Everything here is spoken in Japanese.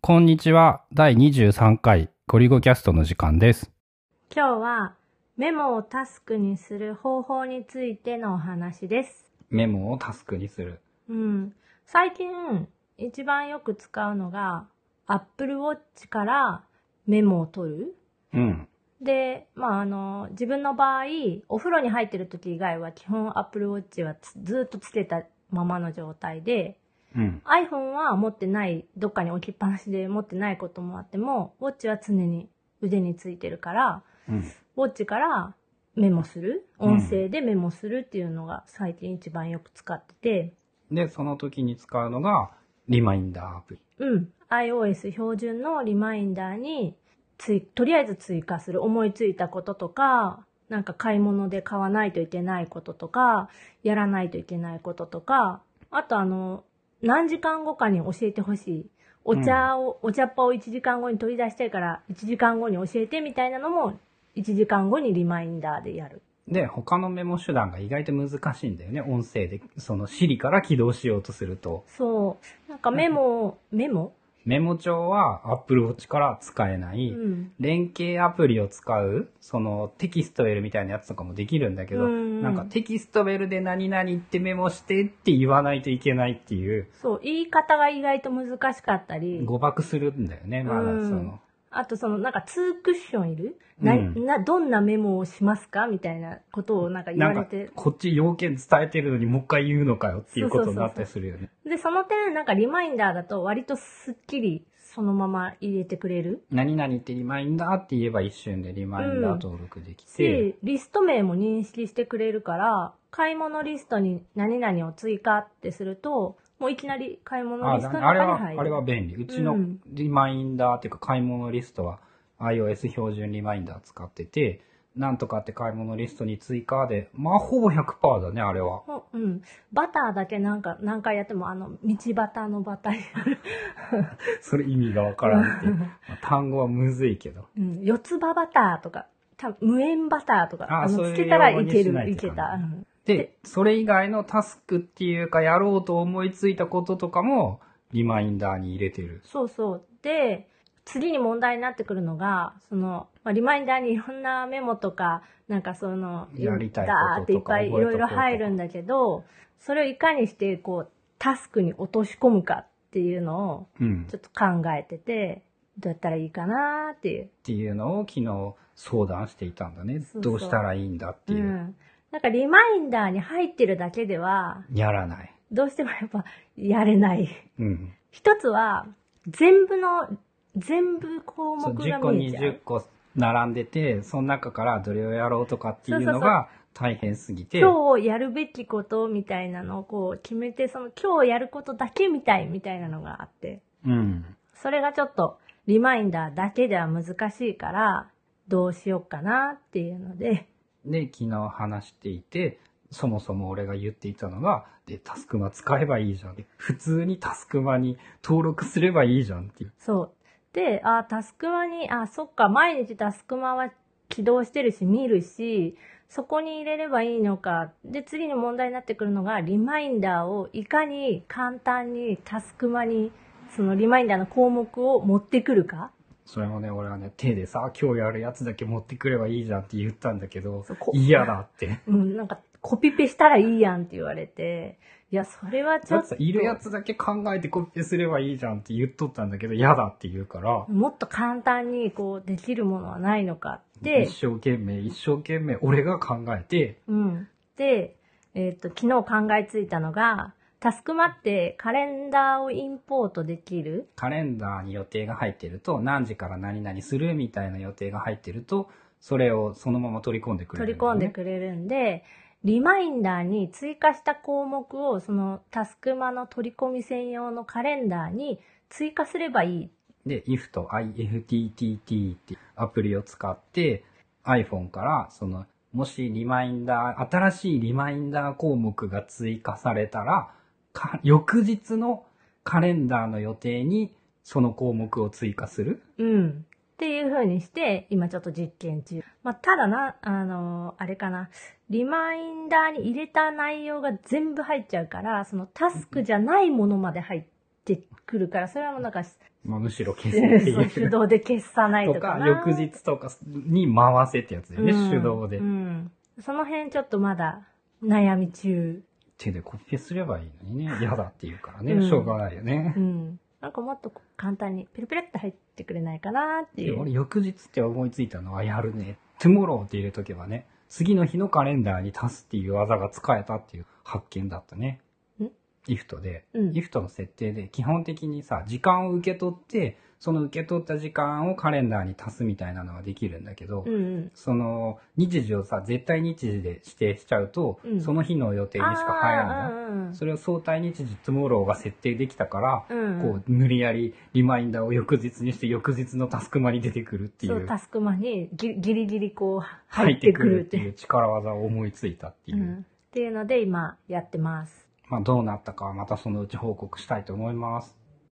こんにちは。第23回ゴリゴキャストの時間です。今日はメモをタスクにする方法についてのお話です。メモをタスクにする。うん。最近一番よく使うのが Apple Watch からメモを取る。うん。で、まあ、あの、自分の場合、お風呂に入ってる時以外は基本 Apple Watch はつずーっとつけたままの状態で、うん。 iPhone は持ってない、どっかに置きっぱなしで持ってないこともあっても、ウォッチは常に腕についてるから、うん。ウォッチからメモする、うん音声でメモするっていうのが最近一番よく使ってて、で、その時に使うのが、リマインダーアプリ。うん、iOS 標準のリマインダーについ、とりあえず追加する、思いついたこととか、なんか買い物で買わないといけないこととか、やらないといけないこととか、あとあの、何時間後かに教えてほしい。お茶を、お茶っ葉を1時間後に取り出したいから、1時間後に教えてみたいなのも、1時間後にリマインダーでやる。で、他のメモ手段が意外と難しいんだよね。音声で、その Siri から起動しようとすると。そう。なんかメモを、メモメモ帳は Apple Watch から使えなうい。ん。連携アプリを使う、そのテキストベルみたいなやつとかもできるんだけど、うんなんかテキストベルで何々ってメモしてって言わないといけないっていう、そう。言い方が意外と難しかったり、誤爆するんだよね、まだその。あとその、なんかツークッションいる、うんな、な、どんなメモをしますかみたいなことをなんか言なわんれかて、。こっち要件伝えてるのにもう一回言うのかよっていうことになったりするよね。で、その点、なんかリマインダーだと割とすっきりそのまま入れてくれる何々ってリマインダーって言えば一瞬でリマインダー登録できて、し、リスト名も認識してくれるから、買い物リストに何々を追加ってすると、もういきなり買い物あリストのだあれ中には入、る。あれは便利。うちのうんリマインダーっていうか買い物リストは iOS 標準リマインダー使ってて、なんとかって買い物リストに追加で、まあほぼ100%だね、あれは。ほうん。バターだけなんか、何回やっても、あの、道端のバターに なる。それ意味がわから んっていう。まあ単語はむずいけど。うん。四つ葉バターとか、多分無塩バターとか、あそういうつけたら用語いにけしなる、いいとけいけたな。いうんで、それ以外のタスクっていうかやろうと思いついたこととかもリマインダーに入れてる。そうそう。で、次に問題になってくるのが、その、まあ、リマインダーにいろんなメモとか、なんかその、やりたいダーこっとていっとかぱいいろい覚ろえ入とこうとかるんだけど、それをいかにして、こう、タスクに落とし込むかっていうのを、うん。ちょっと考えてて、どうやったらいいかなーっていう。っていうのを昨日相談していたんだね。そうそうどうしたらいいんだっていうう。ん。なんかリマインダーに入ってるだけでは、やらない。どうしてもやっぱやれない。うん。一つは、全部の、全部項そう目が10個、見えちゃう20。個並んでて、その中からどれをやろうとかっていうそうのそうそが大変すぎて、今日やるべきことみたいなのをこう決めて、その今日やることだけみたいみたいなのがあって、うん。それがちょっとリマインダーだけでは難しいから、どうしようかなっていうので、で、昨日話していて、そもそも俺が言っていたのが、で、タスクマ使えばいいじゃん。普通にタスクマに登録すればいいじゃんっていう。そう。で、あ、タスクマに、あ、そっか、毎日タスクマは起動してるし、見るし、そこに入れればいいのか。で、次に問題になってくるのが、リマインダーをいかに簡単にタスクマに、そのリマインダーの項目を持ってくるか。それもね、俺はね、手でさ、今日やるやつだけ持ってくればいいじゃんって言ったんだけどそうこ、嫌だって。うん、なんか、コピペしたらいいやんって言われて、いや、それ はちだょっってさと、いるやつだけ考えてコピペすればいいじゃんって言っとったんだけど、嫌だって言うから、もっと簡単にこう、できるものはないのかって、一生懸命、一生懸命、俺が考えて、うん。で、えっ、と、昨日考えついたのが、タスクマってカレンダーをインポートできるカレンダーに予定が入ってると、何時から何々するみたいな予定が入ってると、それをそのまま取り込んでくれ取るりだよ込んね、でくれるんで、リマインダーに追加した項目をそのタスクマの取り込み専用のカレンダーに追加すればいい。で、if と IFTTT っていうアプリを使って、iPhone から、その、もしリマインダー、新しいリマインダー項目が追加されたら、か翌日のカレンダーの予定にその項目を追加する。うん。っていう風にして、今ちょっと実験中。まあ、ただな、あのーあれかな。リマインダーに入れた内容が全部入っちゃうから、そのタスクじゃないものまで入ってしてくるから、それはもうな んか、まあ、むしろ消すそってうい手う。動で消さないととかか、な。翌日とかに回せってやつだよね、うん手動でう。ん。その辺ちょっとまだ悩み中。手でコピペすればいいの にね、嫌だって言うからうね、んしょうがないよねう。ん。なんかもっと簡単にペルペルって入ってくれないかなっていで俺う。翌日って思いついたのはやるね。tomorrow って入れとけばね、次の日のカレンダーに足すっていう技が使えたっていう発見だったねん。 IF で、うん。 IF の設定で基本的にさ、時間を受け取って、その受け取った時間をカレンダーに足すみたいなのができるんだけど、うんうん。その日時をさ、絶対日時で指定しちゃうと、うんその日の予定にしか入らないあ。ーうんうんそれを相対日時 tomorrow が設定できたから、うんこう無理やりリマインダーを翌日にして翌日のタスク間に出てくるっていそう、うタスクマンにギリギリギリこう入入っっててくくるるっっててい。いうう力技を思いついたっていうう、ん。っていうので今やってます。まあどうなったかはまたそのうち報告したいと思います